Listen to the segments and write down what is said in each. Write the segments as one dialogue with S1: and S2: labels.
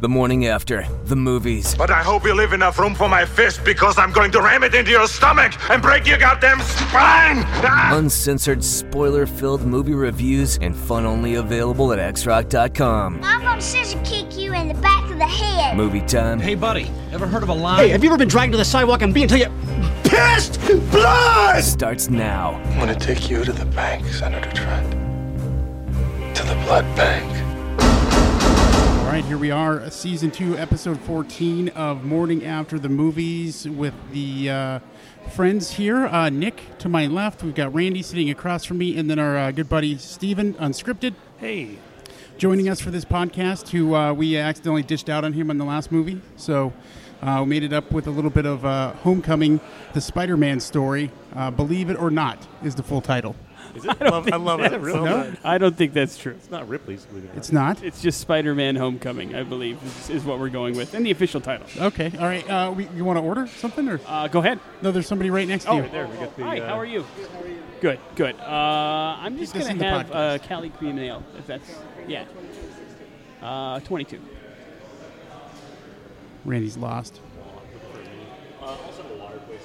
S1: the morning after, the movies.
S2: But I hope you leave enough room for my fist because I'm going to ram it into your stomach and break your goddamn spine! Ah!
S1: Uncensored, spoiler filled movie reviews and fun only available at xrock.com.
S3: I'm gonna scissor kick you in the back of the head.
S1: Movie time.
S4: Hey, buddy, ever heard of a line?
S5: Hey, have you ever been dragged to the sidewalk and beaten until you pissed blood?
S1: starts now.
S6: I'm gonna take you to the bank, Senator Trent. To the blood bank.
S7: All right, here we are, season two, episode 14 of Morning After the Movies with the uh, friends here. Uh, Nick to my left, we've got Randy sitting across from me, and then our uh, good buddy Steven, unscripted,
S8: Hey,
S7: joining us for this podcast, who uh, we accidentally dished out on him on the last movie. So uh, we made it up with a little bit of uh, Homecoming, the Spider Man story. Uh, Believe It or Not is the full title.
S8: I love, I love it. so
S7: No?
S8: much.
S9: I don't think that's true.
S8: It's not Ripley's. Believe it or
S7: It's not.
S9: It's just Spider-Man: Homecoming, I believe, is, is what we're going with, and the official title.
S7: Okay, all right. Uh, we, you want to order something? or
S9: Uh, go ahead.
S7: No, there's somebody right next to
S9: Oh,
S7: you.
S8: there, we got the,
S9: Hi,
S8: uh,
S9: how are you? Good, good. Uh, I'm just
S7: this
S9: gonna
S7: in the
S9: have uh,
S7: podcast.
S9: Cali cream ale, if that's yeah. Uh, 22.
S7: Randy's lost.
S8: not.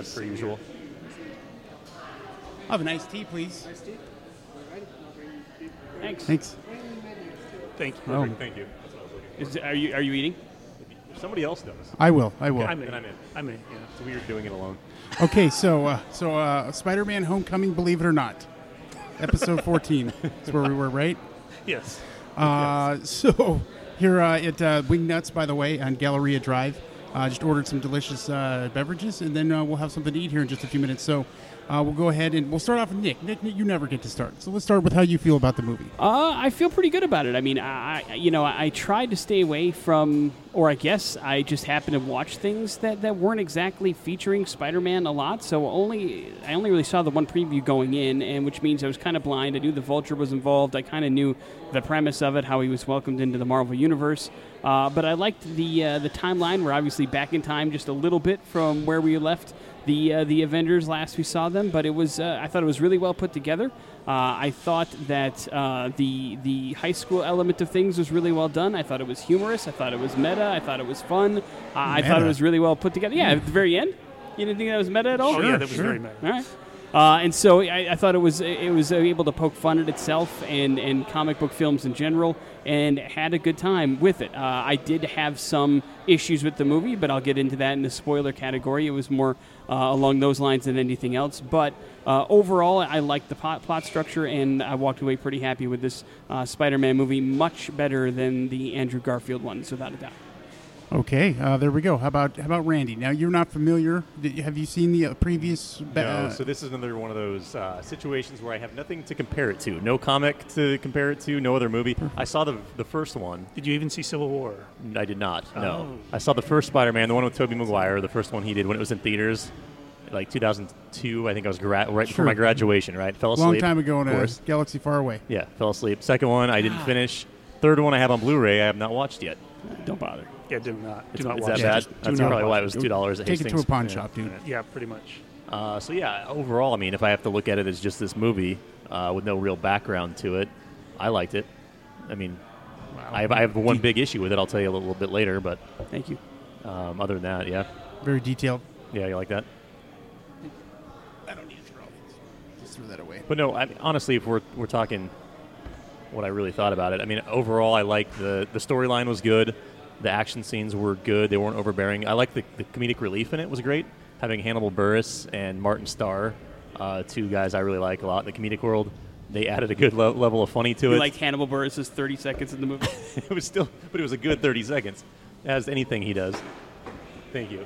S8: As per usual.
S7: Have an iced tea, please.
S9: Thanks.
S7: Thanks.
S8: Thank you.
S7: Oh.
S8: Thank you. That's what I was looking
S9: Is, are you are you eating?
S8: for. If somebody else does.
S7: I will. I will.
S8: I'm in. I'm in. I'm in. Yeah, it's weird doing it alone.
S7: Okay, so uh, so uh, Spider-Man: Homecoming, believe it or not, episode 14. That's where we were, right?
S8: Yes.
S7: Uh, so here uh, at uh, Wing Nuts, by the way, on Galleria Drive, uh, just ordered some delicious uh, beverages, and then uh, we'll have something to eat here in just a few minutes. So uh, we'll go ahead and we'll start off with Nick. Nick, Nick, you never get to start, so let's start with how you feel about the movie.
S9: Uh, I feel pretty good about it. I mean, I I- you know I, I tried to stay away from, or I guess I just happened to watch things that, that weren't exactly featuring Spider-Man a lot. So only I only really saw the one preview going in, and which means I was kind of blind. I knew the Vulture was involved. I kind of knew the premise of it, how he was welcomed into the Marvel universe. Uh, but I liked the uh, the timeline. We're obviously back in time just a little bit from where we left the uh, the Avengers last we saw them, but it was uh, I thought it was really well put together. Uh, I thought that uh, the the high school element of things was really well done. I thought it was humorous. I thought it was meta. I thought it was fun. Uh, I thought
S7: Meta?
S9: it was really well put together. Yeah, at the very end, you didn't think that was meta at all.
S8: oh yeah, that was very mad.
S9: All right. Uh, and so I, I thought it was it was able to poke fun at itself and, and comic book films in general, and had a good time with it. Uh, I did have some issues with the movie, but I'll get into that in the spoiler category. It was more uh, along those lines than anything else. But uh, overall, I liked the plot, plot structure, and I walked away pretty happy with this uh, Spider-Man movie, much better than the Andrew Garfield ones, without a doubt.
S7: Okay, uh, there we go. How about how about Randy? Now you're not familiar. Did, have you seen the uh, previous? ba-
S8: No,
S7: uh,
S8: so this is another one of those uh, situations where I have nothing to compare it to. No comic to compare it to. No other movie. I saw the the first one.
S4: Did you even see Civil War?
S8: I did not. No, I saw the first Spider-Man, the one with Tobey Maguire, the first one he did when it was in theaters, like 2002. I think I was gra- right
S7: Sure.
S8: before my graduation. Right, fell asleep.
S7: long time ago Ah. in
S8: of
S7: a
S8: course.
S7: galaxy far away.
S8: Yeah, fell asleep. Second one I didn't finish. Third one I have on Blu-ray. I have not watched yet.
S9: Don't bother.
S4: Yeah, do not. Do
S8: It's-
S4: not
S8: is
S4: watch
S8: that
S4: it.
S8: bad?
S4: Just do
S8: That's
S4: not
S8: probably
S4: watch
S8: why it was two dollars at
S7: Take it to
S8: Hastings.
S7: a pawn
S8: Yeah.
S7: shop, dude.
S4: Yeah, pretty much.
S8: Uh, so yeah, overall, I mean, if I have to look at it as just this movie uh, with no real background to it, I liked it. I mean, I, have, I have one big issue with it. I'll tell you a little bit later, but
S9: Thank you.
S8: um, other than that, yeah,
S7: Very detailed.
S8: yeah, you like that.
S7: I don't need to draw. Just threw that away.
S8: But no, I mean, honestly, if we're we're talking what I really thought about it, I mean, overall, I liked the the storyline was good. The action scenes were good. They weren't overbearing. I liked the, the comedic relief in it was great. Having Hannibal Burris and Martin Starr, uh, two guys I really like a lot in the comedic world, they added a good le- level of funny to
S9: You
S8: it.
S9: liked Hannibal Burris' 30 seconds in the movie?
S8: it was still, but it was a good 30 seconds, as anything he does. Thank you.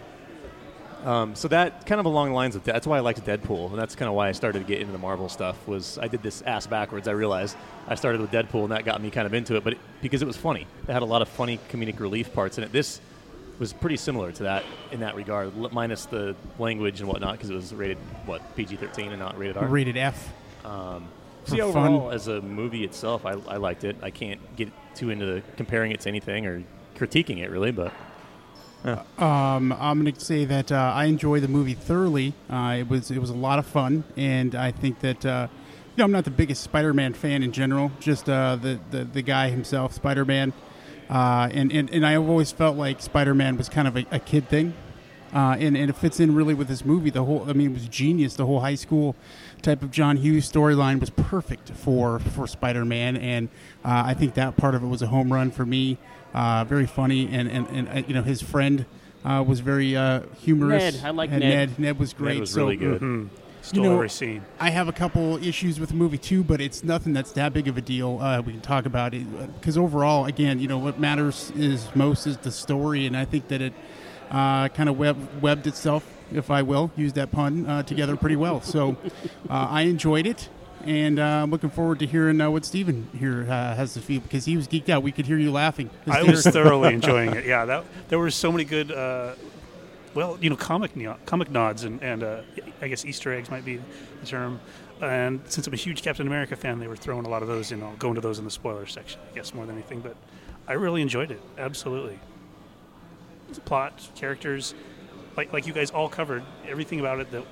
S8: Um, so that kind of along the lines of that's why I liked Deadpool, and that's kind of why I started to get into the Marvel stuff. Was I did this ass backwards? I realized I started with Deadpool, and that got me kind of into it, but it, because it was funny, it had a lot of funny comedic relief parts in it. This was pretty similar to that in that regard, l- minus the language and whatnot, because it was rated what PG-13 and not rated R.
S7: Rated F.
S8: See,
S7: for fun.
S8: overall, as a movie itself, I, I liked it. I can't get too into the, comparing it to anything or critiquing it really, but
S7: Um, I'm going to say that uh, I enjoy the movie thoroughly. Uh, it was it was a lot of fun, and I think that uh, you know I'm not the biggest Spider-Man fan in general. Just uh, the, the the guy himself, Spider-Man, Uh, and, and, and I always felt like Spider Man was kind of a, a kid thing. Uh, and, and it fits in really with this movie. The whole, I mean, it was genius. The whole high school type of John Hughes storyline was perfect for, for Spider Man. And uh, I think that part of it was a home run for me. Uh, very funny. And, and, and uh, you know, his friend uh, was very uh, humorous.
S9: Ned, I like
S7: And
S9: Ned.
S7: Ned. Ned was great.
S8: That was
S7: So- mm-hmm.
S8: really good.
S4: Stole
S7: know-
S4: every scene.
S7: I have a couple issues with the movie too, but it's nothing that's that big of a deal. Uh, we can talk about it because overall, again, you know what matters is most is the story, and I think that it uh, kind of web, webbed itself, if I will use that pun, uh, together pretty well. So uh, I enjoyed it, and uh, I'm looking forward to hearing uh, what Steven here uh, has to feel because he was geeked out. We could hear you laughing.
S4: I was thoroughly enjoying it. Yeah, that there were so many good, uh, well, you know, comic neo- comic nods and and uh, I guess Easter eggs might be the term. And since I'm a huge Captain America fan, they were throwing a lot of those in. I'll go into those in the spoiler section, I guess, more than anything. But I really enjoyed it. Absolutely, The plot, characters, like like you guys all covered everything about it that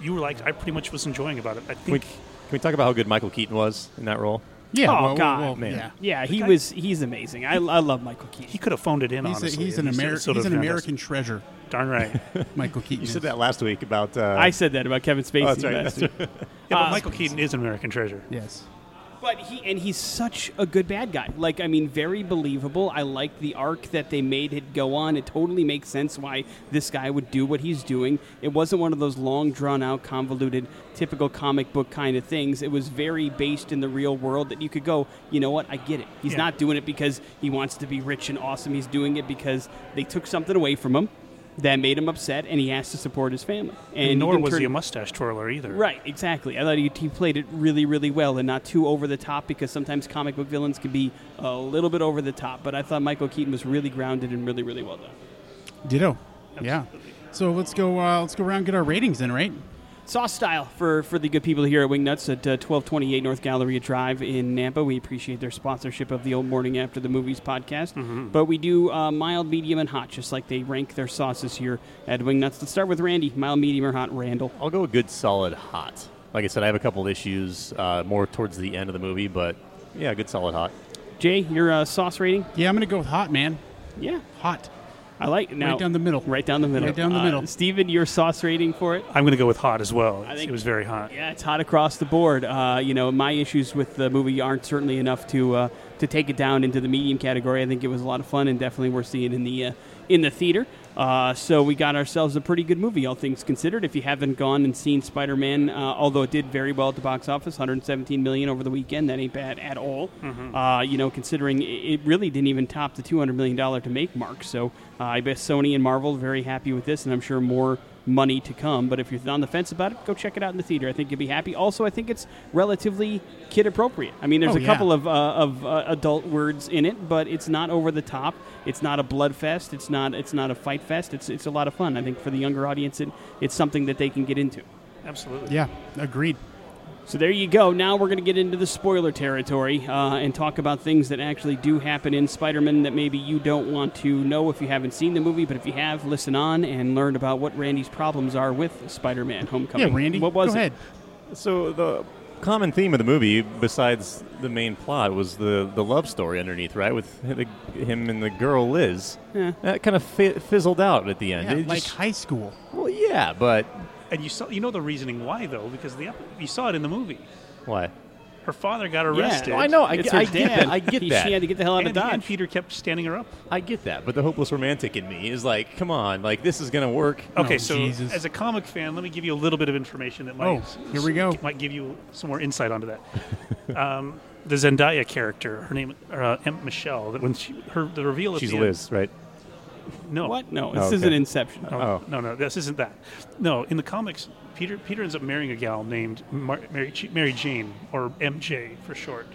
S4: you were like. I pretty much was enjoying about it. I
S8: Can we,
S4: think.
S8: can we talk about how good Michael Keaton was in that role?
S7: yeah,
S9: Oh,
S7: well,
S9: God,
S7: well,
S8: man.
S7: yeah.
S9: Yeah, he
S4: guy-
S9: was. He's amazing. I, I love Michael
S4: he
S9: Keaton.
S4: could have phoned it in,
S7: He's, a,
S4: honestly.
S7: he's an
S4: and
S7: American.
S4: sort
S7: He's
S4: of
S7: an
S4: found us.
S7: American treasure,
S4: Darn right.
S7: Michael Keaton.
S8: You
S7: is.
S8: said that last week about. Uh,
S9: I said that about Kevin Spacey.
S8: Oh, that's right, that's
S9: bastard.
S4: Yeah, but
S9: Uh,
S4: Michael Keaton is an American treasure.
S7: Yes.
S9: But he and he's such a good bad guy. Like I mean, very believable. I like the arc that they made it go on. It totally makes sense why this guy would do what he's doing. It wasn't one of those long, drawn out, convoluted, typical comic book kind of things. It was very based in the real world that you could go, you know what? I get it. He's
S4: Yeah.
S9: not doing it because he wants to be rich and awesome. He's doing it because they took something away from him that made him upset, and he has to support his family. And you
S4: nor
S9: can
S4: was
S9: turn-
S4: he a mustache twirler either.
S9: Right, exactly. I thought he, he played it really, really well and not too over the top because sometimes comic book villains can be a little bit over the top. But I thought Michael Keaton was really grounded and really, really well done.
S7: Ditto. Yeah. So let's go. Uh, let's go around and get our ratings in, right?
S9: Sauce style for, for the good people here at Wingnuts at uh, 1228 North Galleria Drive in Nampa. We appreciate their sponsorship of the Old Morning After the Movies podcast. But we do uh, mild, medium, and hot, just like they rank their sauces here at Wingnuts. Let's start with Randy. Mild, medium, or hot, Randall.
S8: I'll go a good solid hot. Like I said, I have a couple issues uh, more towards the end of the movie, but yeah, good solid hot.
S9: Jay, your uh, sauce rating?
S7: Yeah, I'm gonna go with hot, man.
S9: Yeah,
S7: Hot.
S9: I like now
S7: down the middle.
S9: Right down the middle.
S7: Right down the
S9: Uh,
S7: middle.
S9: Steven, your sauce rating for it?
S4: I'm going to go with hot as well.
S9: think-
S4: it was very hot.
S9: Yeah, it's hot across the board. Uh, you know, my issues with the movie aren't certainly enough to uh, to take it down into the medium category. I think it was a lot of fun and definitely worth seeing in the uh, in the theater. Uh, so we got ourselves a pretty good movie, all things considered. If you haven't gone and seen Spider-Man, uh, although it did very well at the box office, 117 million over the weekend, that ain't bad at all.
S4: Mm-hmm.
S9: Uh, you know, considering it- it really didn't even top the 200 million dollar to make mark. So uh, I bet Sony and Marvel very happy with this, and I'm sure more money to come. But if you're on the fence about it, go check it out in the theater. I think you'll be happy. Also, I think it's relatively kid appropriate. I mean, there's
S7: Oh,
S9: a
S7: yeah.
S9: couple of uh, of uh, adult words in it, but it's not over the top. It's not a blood fest. It's not it's not a fight fest. It's it's a lot of fun. I think for the younger audience, it, it's something that they can get into.
S4: Absolutely.
S7: Yeah, agreed.
S9: So there you go. Now we're going to get into the spoiler territory uh, and talk about things that actually do happen in Spider Man that maybe you don't want to know if you haven't seen the movie, but if you have, listen on and learn about what Randy's problems are with Spider Man Homecoming.
S7: Yeah, Randy.
S9: What was
S7: go
S9: it?
S7: ahead.
S8: So the common theme of the movie, besides the main plot, was the, the love story underneath, right? With the, him and the girl Liz.
S9: Yeah.
S8: That kind of fi- fizzled out at the end.
S7: Yeah,
S8: It
S7: like
S8: just-
S7: high school.
S8: well, yeah, but
S4: And you saw, you know the reasoning why though, because the ep- you saw it in the movie.
S8: why?
S4: Her father got
S9: Yeah.
S4: arrested.
S8: I know, I
S9: It's
S8: get-
S9: her
S8: I get
S9: dad.
S8: that, I get
S9: He-
S8: that.
S9: She had to get the hell out of
S4: And, and
S9: Dodge.
S4: Peter kept standing her up.
S8: I get that, but the hopeless romantic in me is like, come on, like this is gonna work.
S4: Okay,
S7: Oh,
S4: so
S7: Jesus.
S4: as a comic fan, let me give you a little bit of information that might
S7: Oh, here we go.
S4: might give you some more insight onto that. um, the Zendaya character, her name uh, Aunt Michelle. That when she her the reveal at
S8: She's
S4: the
S8: Liz, right?
S4: End, no,
S9: What? No, this
S8: okay.
S9: isn't Inception.
S4: Oh.
S8: Oh.
S4: No, no, this isn't that. No, in the comics, Peter Peter ends up marrying a gal named Mar- Mary, Ch- Mary Jane, or MJ for short,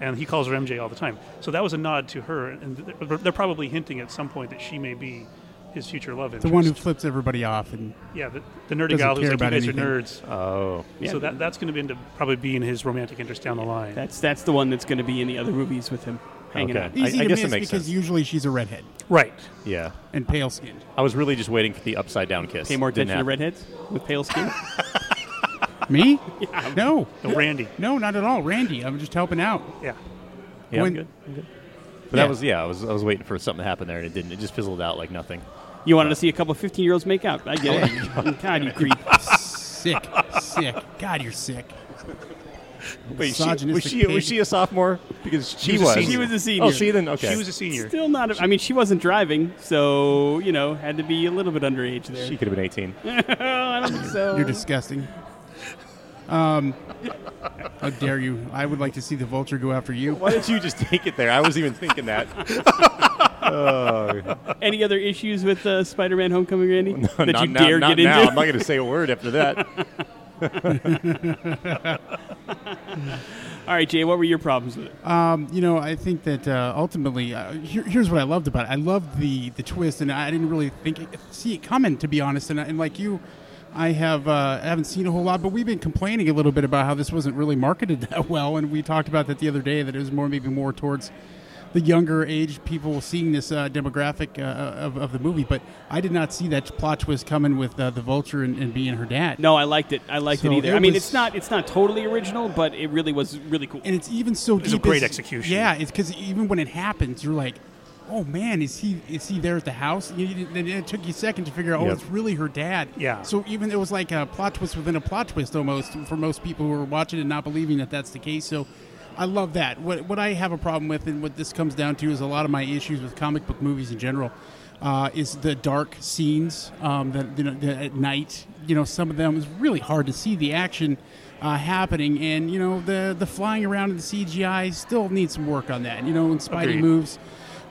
S4: and he calls her MJ all the time. So that was a nod to her, and they're, they're probably hinting at some point that she may be his future love interest.
S7: The one who flips everybody off and
S4: yeah, the, the nerdy
S7: doesn't
S4: gal who's
S7: care
S4: like, you
S7: about
S4: guys
S7: anything."
S4: are nerds.
S8: Oh,
S9: Yeah.
S4: So that, that's going to end up probably being his romantic interest down the line.
S9: That's that's the one that's going to be in the other movies with him hanging
S8: Okay.
S9: out.
S8: I-
S7: easy
S8: I
S7: to
S8: guess it
S7: miss
S8: makes
S7: because
S8: sense.
S7: usually she's a redhead
S4: right.
S8: yeah.
S7: and pale skinned.
S8: I was really just waiting for the upside down kiss.
S9: Pay more attention
S8: Didn't
S9: to
S8: happen.
S9: redheads with pale skin.
S7: Me? No,
S4: No, Randy.
S7: no, not at all. Randy, I'm just helping out.
S4: Yeah.
S8: Yeah, I'm
S7: When-
S8: good. I'm good. But
S7: Yeah.
S8: that was yeah, I was I was waiting for something to happen there and it didn't. It just fizzled out like nothing.
S9: You wanted to see a couple 15 year olds make out. I get
S8: Oh,
S9: it. God, you creep.
S7: sick, sick. God, you're sick.
S8: Wait, she, was
S7: Misogynistic
S8: she was
S7: pig.
S8: she a sophomore? Because she,
S4: was a senior. She
S9: was a
S8: Oh,
S9: senior.
S8: she then okay.
S4: She was a senior.
S9: Still not. A, I mean, she wasn't driving, so you know, had to be a little bit underage there.
S8: She could have been 18.
S9: I don't think so.
S7: You're disgusting. Um, how dare you? I would like to see the vulture go after you.
S8: Why did you just take it there? I was even thinking that.
S9: Any other issues with uh, Spider-Man: Homecoming, Randy? that
S8: not
S9: you
S8: now,
S9: dare
S8: not
S9: get
S8: now. I'm
S9: into?
S8: not going to say a word after that.
S9: All right, Jay, what were your problems with it?
S7: Um, You know, I think that uh, ultimately, uh, here, here's what I loved about it. I loved the the twist, and I didn't really think it, see it coming, to be honest. And, I- and like you, I have uh, I haven't seen a whole lot, but we've been complaining a little bit about how this wasn't really marketed that well. And we talked about that the other day that it was more maybe more towards the younger age people seeing this uh, demographic uh, of, of the movie. But I did not see that plot twist coming with uh, the vulture and, and being her dad.
S9: No, I liked it. I liked
S7: So
S9: it either.
S7: it
S9: I mean,
S7: was-
S9: it's not it's not totally original, but it really was really cool.
S7: and it's even so
S4: was a
S7: deep.
S4: great
S7: as-
S4: execution.
S7: Yeah, it's because even when it happens, you're like, "Oh man, is he is he there at the house?" You, you, then it took you a second to figure out, "Oh,
S8: Yep.
S7: it's really her dad."
S4: Yeah.
S7: So even it was like a plot twist within a plot twist almost for most people who are watching and not believing that that's the case. So. I love that. What, what I have a problem with, and what this comes down to, is a lot of my issues with comic book movies in general, uh, is the dark scenes um, that you know the, at night. You know, some of them is really hard to see the action uh, happening, and you know the the flying around in the CGI still needs some work on that. You know, when Spidey
S4: Agreed.
S7: moves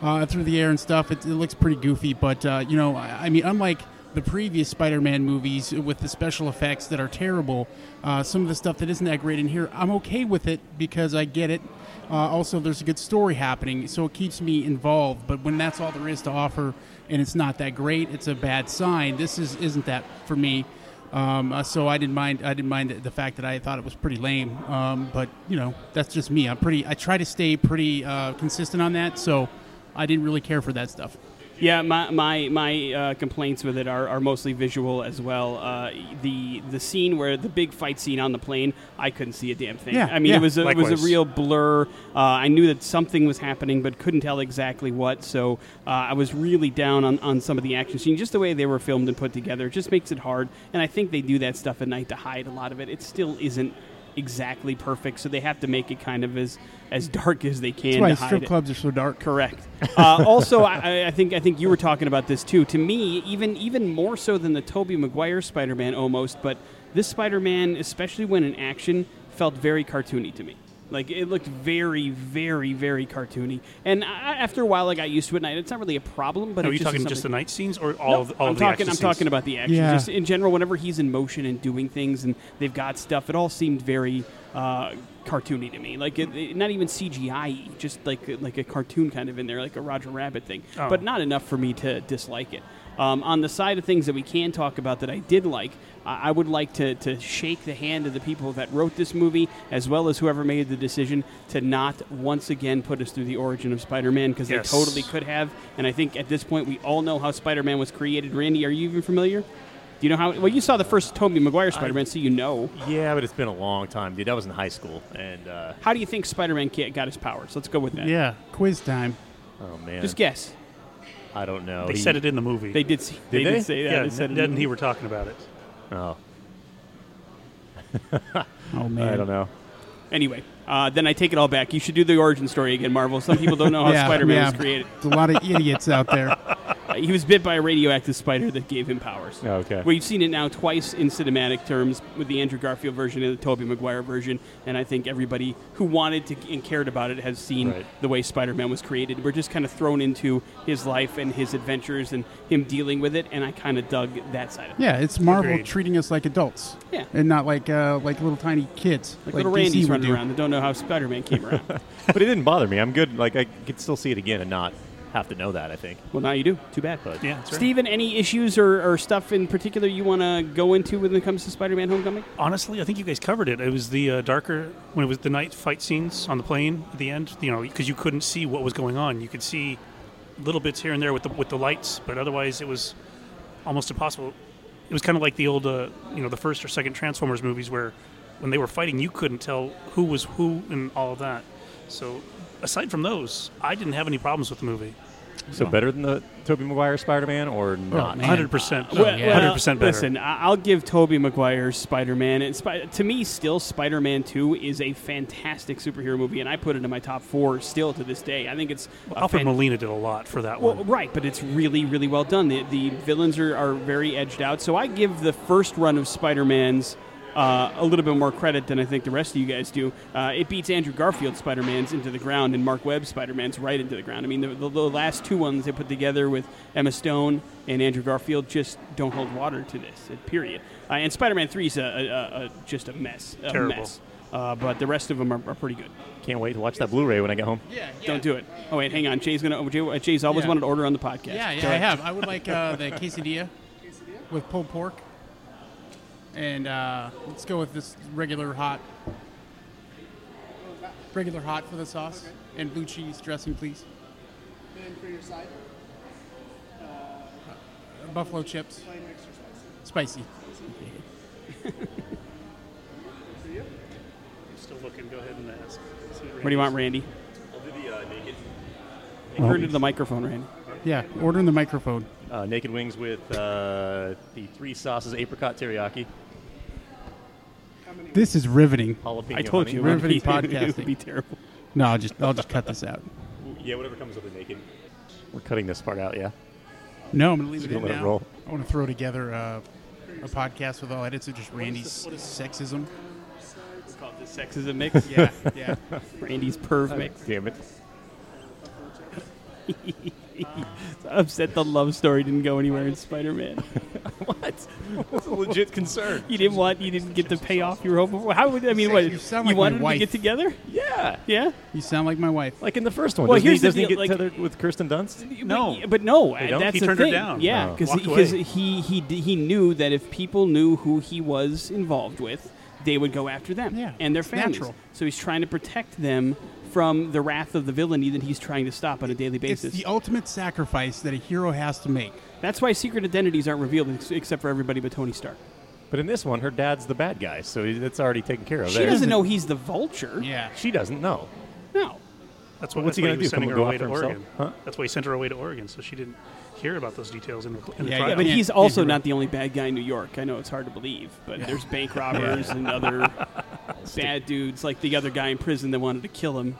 S7: uh, through the air and stuff, it, it looks pretty goofy. But uh, you know, I, I mean, unlike the previous Spider-Man movies with the special effects that are terrible, uh, some of the stuff that isn't that great in here, I'm okay with it because I get it. Uh, also, there's a good story happening, so it keeps me involved. But when that's all there is to offer, and it's not that great, it's a bad sign. This is isn't that for me. Um, uh, so I didn't mind. I didn't mind the fact that I thought it was pretty lame. Um, but you know, that's just me. I'm pretty. I try to stay pretty uh, consistent on that. So I didn't really care for that stuff.
S9: Yeah, my my, my uh, complaints with it are, are mostly visual as well. Uh, the the scene where the big fight scene on the plane, I couldn't see a damn thing.
S7: Yeah,
S9: I mean,
S7: yeah.
S9: it was a, it was a
S4: Likewise.
S9: real blur. Uh, I knew that something was happening, but couldn't tell exactly what. So uh, I was really down on, on some of the action scenes. Just the way they were filmed and put together it just makes it hard. And I think they do that stuff at night to hide a lot of it. It still isn't exactly perfect, so they have to make it kind of as as dark as they
S7: That's
S9: can.
S7: why
S9: to hide
S7: strip
S9: it.
S7: clubs are so dark.
S9: Correct. Uh, also, I, I- I think I think you were talking about this too. To me, even even more so than the Tobey Maguire Spider-Man, almost. But this Spider-Man, especially when in action, felt very cartoony to me. Like it looked very, very, very cartoony. And I, I- after a while, I got used to it. And I- it's not really a problem. But
S4: Are
S9: it
S4: you
S9: just
S4: talking
S9: was
S4: just the
S9: something-
S4: night scenes or all
S9: no,
S4: of, all
S9: I'm
S4: of the
S9: talking.
S4: action
S9: I'm
S4: scenes?
S9: talking about the action.
S7: Yeah.
S9: Just in general, whenever he's in motion and doing things, and they've got stuff, it all seemed very uh, cartoony to me. Like it, it- not even CGI, just like like a cartoon kind of in there, like a Roger Rabbit thing.
S4: Oh.
S9: But not enough for me to dislike it. Um, on the side of things that we can talk about that I did like, I I would like to, to shake the hand of the people that wrote this movie, as well as whoever made the decision to not once again put us through the origin of Spider-Man, because
S4: Yes.
S9: they totally could have. And I think at this point, we all know how Spider-Man was created. Randy, are you even familiar? Do you know how? Well, you saw the first Tobey Maguire Spider-Man, so you know.
S8: Yeah, but it's been a long time, dude. I was in high school, and uh,
S9: How do you think Spider-Man ca- got his powers? Let's go with that.
S7: Yeah, quiz time.
S8: oh man,
S9: Just guess.
S8: I don't know.
S4: They
S8: He-
S4: said it in the movie.
S9: They did. s-
S8: Did
S9: they
S8: they?
S9: did say that.
S4: yeah,
S9: they said
S4: Ned and he were talking about it.
S8: Oh,
S7: Oh man,
S8: I don't know.
S9: Anyway, uh, then I take it all back. You should do the origin story again, Marvel. Some people don't know how
S7: Yeah,
S9: Spider-Man was
S7: yeah.
S9: created.
S7: There's a lot of idiots out there.
S9: Uh, he was bit by a radioactive spider that gave him powers.
S8: Oh, Okay.
S9: We've seen it now twice in cinematic terms with the Andrew Garfield version and the Tobey Maguire version, and I think everybody who wanted to and cared about it has seen
S8: Right.
S9: the way Spider-Man was created. We're just kind of thrown into his life and his adventures and him dealing with it, and I kind of dug that side of it.
S7: Yeah, it's Marvel
S4: Agreed.
S7: treating us like adults.
S9: Yeah.
S7: and not like uh, like little tiny kids.
S9: Like, little
S7: DC
S9: Randy's
S7: would
S9: running
S7: do.
S9: around that don't know how Spider-Man came around.
S8: but it didn't bother me. I'm good. Like I could still see it again and not have to know that. I think.
S9: well, now you do. Too bad.
S8: But
S4: Yeah, that's right.
S9: Steven, any issues or, or stuff in particular you want to go into when it comes to Spider-Man: Homecoming?
S4: honestly, I think you guys covered it. It was the uh, darker when it was the night fight scenes on the plane at the end. You know, because you couldn't see what was going on. You could see little bits here and there with the with the lights, but otherwise it was almost impossible. It was kind of like the old, uh, you know, the first or second Transformers movies where when they were fighting, you couldn't tell who was who and all of that. So aside from those, I didn't have any problems with the movie.
S8: So better than the Tobey Maguire Spider-Man or
S7: Oh,
S9: Oh,
S8: not?
S4: One hundred percent,
S9: Well,
S4: one
S9: well,
S4: hundred percent better.
S9: Listen, I- I'll give Tobey Maguire's Spider-Man. And Spi- to me, still, Spider-Man 2 is a fantastic superhero movie, and I put it in my top four still to this day. I think it's a
S4: Alfred
S9: fan-
S4: Molina did a lot for that
S9: Well,
S4: one.
S9: right, but it's really, really well done. The, the villains are, are very edged out. So I give the first run of Spider-Man's uh, a little bit more credit than I think the rest of you guys do. Uh, it beats Andrew Garfield's Spider-Man's into the ground and Mark Webb's Spider-Man's right into the ground. I mean, the, the, the last two ones they put together with Emma Stone and Andrew Garfield just don't hold water to this, uh, period. Uh, and Spider-Man 3 is a, a, a, a, just a mess. A
S4: Terrible.
S9: mess. Uh, but the rest of them are, are pretty good.
S8: Can't wait to watch that Blu-ray when I get home.
S9: Don't do it. Oh wait, hang on. Jay's gonna. Jay, uh, Jay's always
S7: Yeah.
S9: wanted to order on the podcast.
S7: Yeah, yeah, I have. I would like uh, the quesadilla with pulled pork. And uh, let's go with this regular hot. Regular hot for the sauce. And blue cheese dressing, please. And for your side? Uh, Buffalo chips. Spicy.
S4: Still looking. Go ahead and ask.
S9: What do you want, Randy? I'll do the uh, naked. Turn into the microphone, Randy.
S7: Yeah, order in the microphone.
S8: Uh, naked wings with uh, the three sauces: apricot teriyaki,
S7: This is riveting.
S8: jalapeno.
S9: I told
S8: honey.
S9: you it would, be,
S7: Riveting
S9: it would be
S7: podcasting.
S9: terrible.
S7: No, I'll just I'll just cut this out.
S8: Yeah, whatever comes with the naked. We're cutting this part out. Yeah.
S7: No, I'm gonna leave
S8: Just
S7: it in
S8: gonna let it
S7: now.
S8: roll.
S7: I want to throw together uh, a podcast with all edits of just Randy's sexism.
S9: It's called the sex is a mix.
S7: Yeah, yeah.
S9: Randy's perv mix.
S8: Damn it.
S9: Upset the love story didn't go anywhere in Spider-Man.
S8: That's a legit concern.
S9: You didn't want. You didn't get the payoff you were hoping for. How would I mean? What
S7: You sound like my
S9: wanted them to
S7: wife.
S9: get together?
S8: Yeah.
S9: Yeah.
S7: You sound like my wife.
S8: Like in the first one.
S9: Well,
S8: doesn't
S9: here's the
S8: he, doesn't he
S9: deal,
S8: get
S9: like-
S8: tethered with Kirsten Dunst?
S4: No.
S9: But, but no, uh,
S4: They don't?
S9: that's
S4: He
S9: the
S4: turned her
S9: thing.
S4: down.
S9: Yeah,
S8: Oh.
S9: because
S4: Walked away.
S9: he he d- he knew that if people knew who he was involved with, they would go after them
S7: Yeah,
S9: and their
S7: it's
S9: families.
S7: natural.
S9: So he's trying to protect them from the wrath of the villainy that he's trying to stop on a daily
S7: It's
S9: basis.
S7: the ultimate sacrifice that a hero has to make.
S9: That's why secret identities aren't revealed ex- except for everybody but Tony Stark.
S8: But in this one, her dad's the bad guy, so he- that's already taken care of.
S9: She
S8: there.
S9: doesn't know he's the Vulture.
S7: Yeah.
S8: She doesn't know.
S9: No.
S4: That's why,
S8: What's
S4: that's
S8: he
S4: why
S8: gonna do,
S4: was
S8: come and
S4: sending her
S8: go
S4: away
S8: after
S4: to
S8: himself?
S4: Oregon.
S8: Huh?
S4: That's why he sent her away to Oregon, so she didn't hear about those details in the, in the
S7: Yeah,
S4: trial.
S9: But
S7: Yeah,
S9: he's
S7: yeah,
S9: also
S7: you're
S9: not
S7: right.
S9: the only bad guy in New York. I know it's hard to believe, but there's bank robbers and other bad dudes like the other guy in prison that wanted to kill him.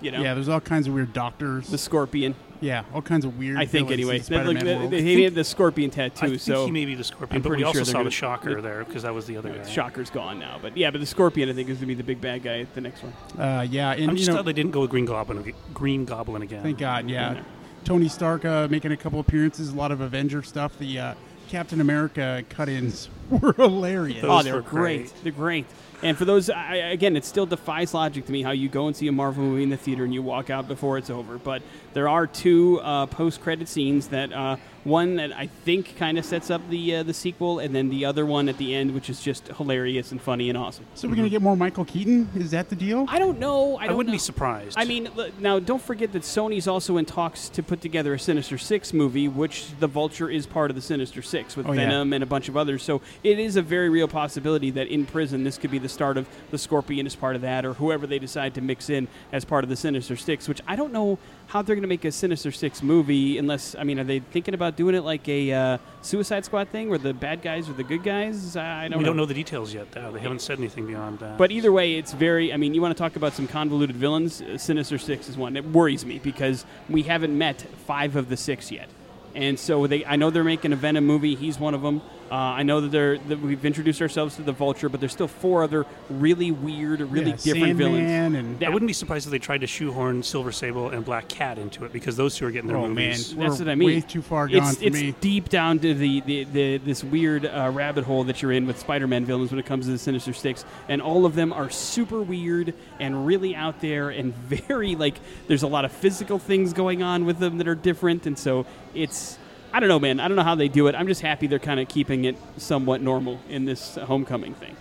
S9: You know,
S7: Yeah, there's all kinds of weird doctors.
S9: the Scorpion.
S7: yeah, all kinds of weird.
S9: I think
S7: villains in
S9: anyway.
S7: the
S9: That- like,
S7: Spider-Man
S9: the-
S7: world.
S9: the- he had the scorpion tattoo,
S4: I think
S9: so
S4: he may be the Scorpion,
S9: I'm
S4: but
S9: pretty
S4: we also
S9: sure they're
S4: saw
S9: gonna-
S4: the Shocker
S9: the-
S4: there because that was the other guy.
S9: Shocker's gone now. But yeah, but the scorpion I think is going to be the big bad guy at the next one.
S7: uh, yeah, and
S4: I'm just
S7: you know,
S4: glad they didn't go with Green Goblin. ag- Green Goblin again.
S7: thank God. Yeah, Tony Stark uh, making a couple appearances, a lot of Avenger stuff. The uh, Captain America cut-ins were hilarious.
S4: Those
S9: oh, they
S4: were
S9: were great.
S4: great.
S9: They're great. And for those, I, again, it still defies logic to me how you go and see a Marvel movie in the theater and you walk out before it's over. But there are two uh, post-credit scenes that uh, one that I think kind of sets up the uh, the sequel, and then the other one at the end, which is just hilarious and funny and awesome.
S7: So we're gonna get more Michael Keaton. Is that the deal?
S9: I don't know. I,
S4: I
S9: don't
S4: wouldn't
S9: know.
S4: be surprised.
S9: I mean, l- now don't forget that Sony's also in talks to put together a Sinister Six movie, which the Vulture is part of the Sinister Six with
S7: Oh, yeah.
S9: Venom and a bunch of others. So it is a very real possibility that in prison this could be the start of the Scorpion as part of that, or whoever they decide to mix in as part of the Sinister Six. Which I don't know how they're going to make a Sinister Six movie unless I mean, are they thinking about doing it like a uh, Suicide Squad thing, where the bad guys are the good guys? I I don't
S4: we
S9: know.
S4: don't know the details yet. Though. They haven't said anything beyond that.
S9: But either way, it's very. I mean, you want to talk about some convoluted villains? uh, Sinister Six is one. It worries me because we haven't met five of the six yet, and so they. I know they're making a Venom movie. He's one of them. Uh, I know that they're that we've introduced ourselves to the Vulture, but there's still four other really weird, really
S7: Yeah,
S9: different villains.
S7: Sandman and
S9: Yeah.
S4: I wouldn't be surprised if they tried to shoehorn Silver Sable and Black Cat into it because those two are getting their
S7: Oh, man.
S4: movies.
S9: That's
S7: We're
S9: what I mean.
S7: way too far gone
S9: It's,
S7: for
S9: it's
S7: me.
S9: deep down to the, the, the this weird uh, rabbit hole that you're in with Spider-Man villains when it comes to the Sinister Six, and all of them are super weird and really out there and very like there's a lot of physical things going on with them that are different, and so it's I don't know, man. I don't know how they do it. I'm just happy they're kind of keeping it somewhat normal in this homecoming thing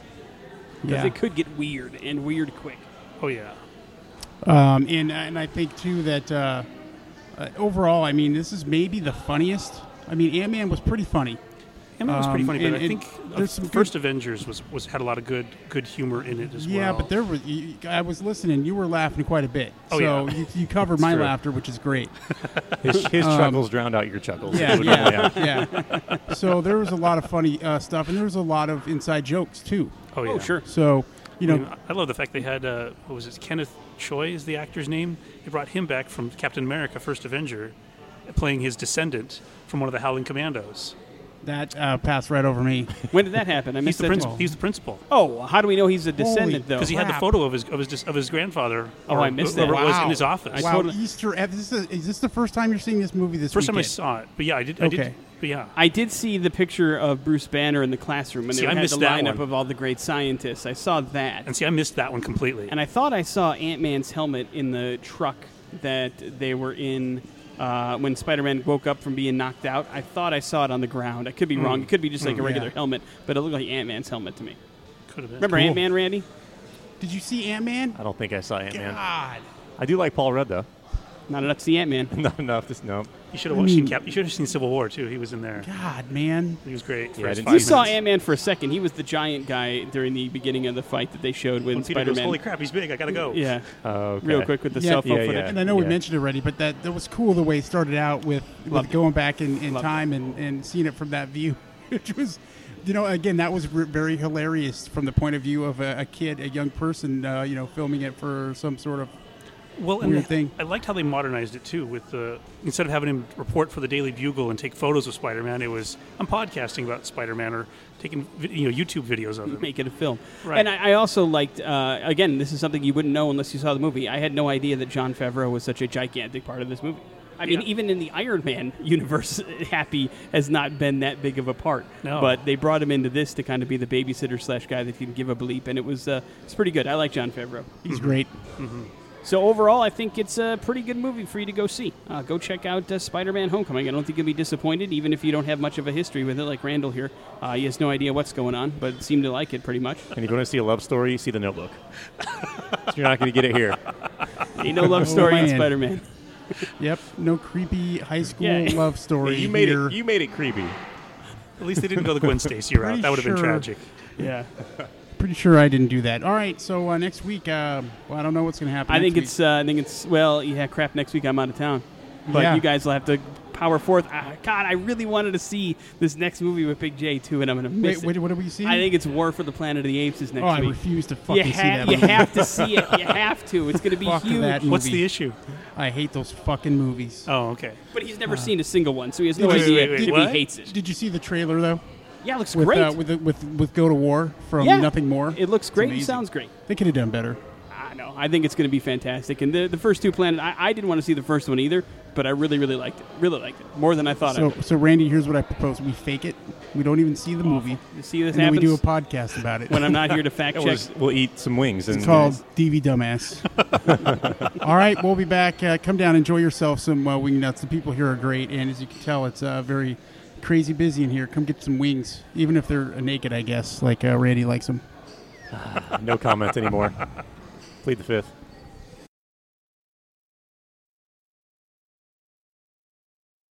S9: because
S7: yeah.
S9: it could get weird and weird quick.
S4: Oh yeah.
S7: Um, and and I think too that uh, uh, overall, I mean, this is maybe the funniest. I mean, Ant Man was pretty funny.
S4: I mean, it was pretty
S7: Um,
S4: funny, but
S7: and-
S4: I
S7: and
S4: think uh,
S7: there's some good-
S4: First Avengers was, was had a lot of good good humor in it as
S7: Yeah,
S4: well.
S7: but there was. You, I was listening. You were laughing quite a bit.
S4: Oh,
S7: so
S4: yeah.
S7: you, you covered my
S8: true.
S7: laughter, which is great.
S8: His, his chuckles drowned out your chuckles.
S7: Yeah,
S8: It would-
S7: yeah, yeah. So there was a lot of funny uh, stuff, and there was a lot of inside jokes too.
S4: oh, yeah.
S9: Oh, sure.
S7: So you
S4: I,
S7: know,
S4: mean, I love the fact they had uh, what was it? Kenneth Choi is the actor's name. They brought him back from Captain America: First Avenger, playing his descendant from one of the Howling Commandos.
S7: that uh, passed right over me.
S9: When did that happen? I
S4: He's
S9: missed
S4: the
S9: that.
S4: principal.
S9: too.
S4: He's the principal
S9: Oh, how do we know he's a descendant though?
S4: because he had the
S7: crap.
S4: photo of his of his dis- of his grandfather.
S9: Oh,
S4: or
S9: I missed that.
S4: whoever it was
S7: Wow.
S4: in his office.
S7: wow,
S9: totally-
S7: Easter egg. This is, is this the first time you're seeing this movie this
S4: First time I
S7: weekend?
S4: saw it, but yeah, I did. I did.
S7: Okay.
S4: But yeah,
S9: I did see the picture of Bruce Banner in the classroom when
S4: See,
S9: they
S4: I
S9: had
S4: missed
S9: the
S4: that
S9: lineup
S4: one.
S9: of all the great scientists. I saw that.
S4: and see, I missed that one completely.
S9: And I thought I saw Ant Man's helmet in the truck that they were in uh, when Spider Man woke up from being knocked out. I thought I saw it on the ground. I could be
S4: Hmm.
S9: wrong. It could be just like a regular
S7: Yeah.
S9: helmet, but it looked like Ant Man's helmet to me.
S4: Could have been.
S9: Remember
S7: Cool.
S9: Ant Man, Randy?
S7: Did you see Ant Man?
S8: I don't think I saw Ant Man.
S7: God.
S8: I do like Paul Rudd though.
S9: Not enough to see Ant Man.
S8: Not enough. Just no.
S4: You should have watched
S9: Hmm.
S4: seen Cap. You should have seen Civil War too. He was in there.
S7: God, man.
S4: He was great. for
S8: Yeah, I
S4: his
S8: didn't
S4: five
S9: You
S8: see
S9: saw
S4: minutes.
S9: Ant Man for a second. He was the giant guy during the beginning of the fight that they showed when
S4: When Peter
S9: Spider
S4: goes, holy
S9: Man.
S4: crap, he's big. I gotta go.
S9: Yeah,
S8: Oh, okay.
S9: real quick with the
S7: Yeah.
S9: cell phone
S8: Yeah,
S9: footage.
S8: yeah.
S7: And I know we mentioned it already, but that, that was cool the way it started out with, with going back in, in
S9: Loved it.
S7: time and, and seeing it from that view, which was, you know, again, that was re- very hilarious from the point of view of a, a kid, a young person, uh, you know, filming it for some sort of.
S4: Well, and
S7: Weird
S4: they-
S7: thing.
S4: I liked how they modernized it too. With the instead of having him report for the Daily Bugle and take photos of Spider-Man, it was I'm podcasting about Spider-Man or taking vi- you know YouTube videos of him.
S9: make it a film.
S4: Right.
S9: And I, I also liked, uh, again, this is something you wouldn't know unless you saw the movie. I had no idea that John Favreau was such a gigantic part of this movie. I mean,
S4: Yeah.
S9: even in the Iron Man universe, Happy has not been that big of a part.
S4: No.
S9: But they brought him into this to kind of be the babysitter slash guy that can give a bleep, and it was uh, it's pretty good. I like John Favreau.
S7: He's great.
S9: So overall, I think it's a pretty good movie for you to go see. Uh, go check out uh, Spider-Man: Homecoming. I don't think you'll be disappointed, even if you don't have much of a history with it, like Randall here. Uh, he has no idea what's going on, but seemed to like it pretty much.
S8: And if you want to see a love story, see The Notebook. So you're not going to get it here.
S9: Ain't no love story in
S7: Oh, man.
S9: Spider-Man.
S7: Yep. No creepy high school
S9: Yeah.
S7: love story.
S8: you made
S7: here.
S8: it. You made it creepy.
S4: At least they didn't go the Gwen Stacy route.
S7: Pretty
S4: That would have been
S7: sure-
S4: tragic.
S9: Yeah,
S7: Pretty sure I didn't do that. All right. So uh, next week, uh, well, I don't know what's going to happen.
S9: I
S7: next
S9: think
S7: week.
S9: it's. Uh, I think it's. Well, yeah, crap. Next week I'm out of town, but
S7: Yeah.
S9: you guys will have to power forth. Ah, God, I really wanted to see this next movie with Big J too, and I'm gonna miss
S7: Wait,
S9: it.
S7: wait, what do we see?
S9: I think it's War for the Planet of the Apes is next
S7: Oh, I
S9: week.
S7: refuse to
S9: you
S7: fucking see
S9: ha-
S7: that.
S9: you
S7: movie.
S9: have to see it. You have to. It's gonna be
S7: Fuck
S9: huge.
S7: that
S4: What's
S7: movie.
S4: the issue?
S7: I hate those fucking movies.
S4: Oh, okay.
S9: But he's never seen a single one, so he has no
S7: Ah. Wait,
S9: idea
S4: wait, wait,
S9: if
S4: what?
S9: he hates it.
S7: Did you see the trailer though?
S9: Yeah, it looks
S7: With
S9: great.
S7: Uh, with, the- with with Go to War from
S9: yeah.
S7: Nothing More.
S9: It looks
S7: It's
S9: great. It
S7: amazing.
S9: sounds great.
S7: They could have done better.
S9: I know. I think it's going to be fantastic. And the, the first two planet, I, I didn't want to see the first one either, but I really, really liked it. Really liked it more than I thought. I
S7: So
S9: would.
S7: so Randy, here's what I propose: we fake it. We don't even see the movie,
S9: You see this
S7: and then we
S9: happens
S7: do a podcast about it.
S9: when I'm not here to fact
S8: That
S9: check.
S8: was- we'll eat some wings. And
S7: it's called DV Dumbass. All right, we'll be back. Uh, come down, enjoy yourself some uh, wing nuts. The people here are great, and as you can tell, it's uh, very crazy busy in here. Come get some wings, even if they're naked, I guess, like uh, Randy likes them.
S8: no comments anymore. Plead the fifth.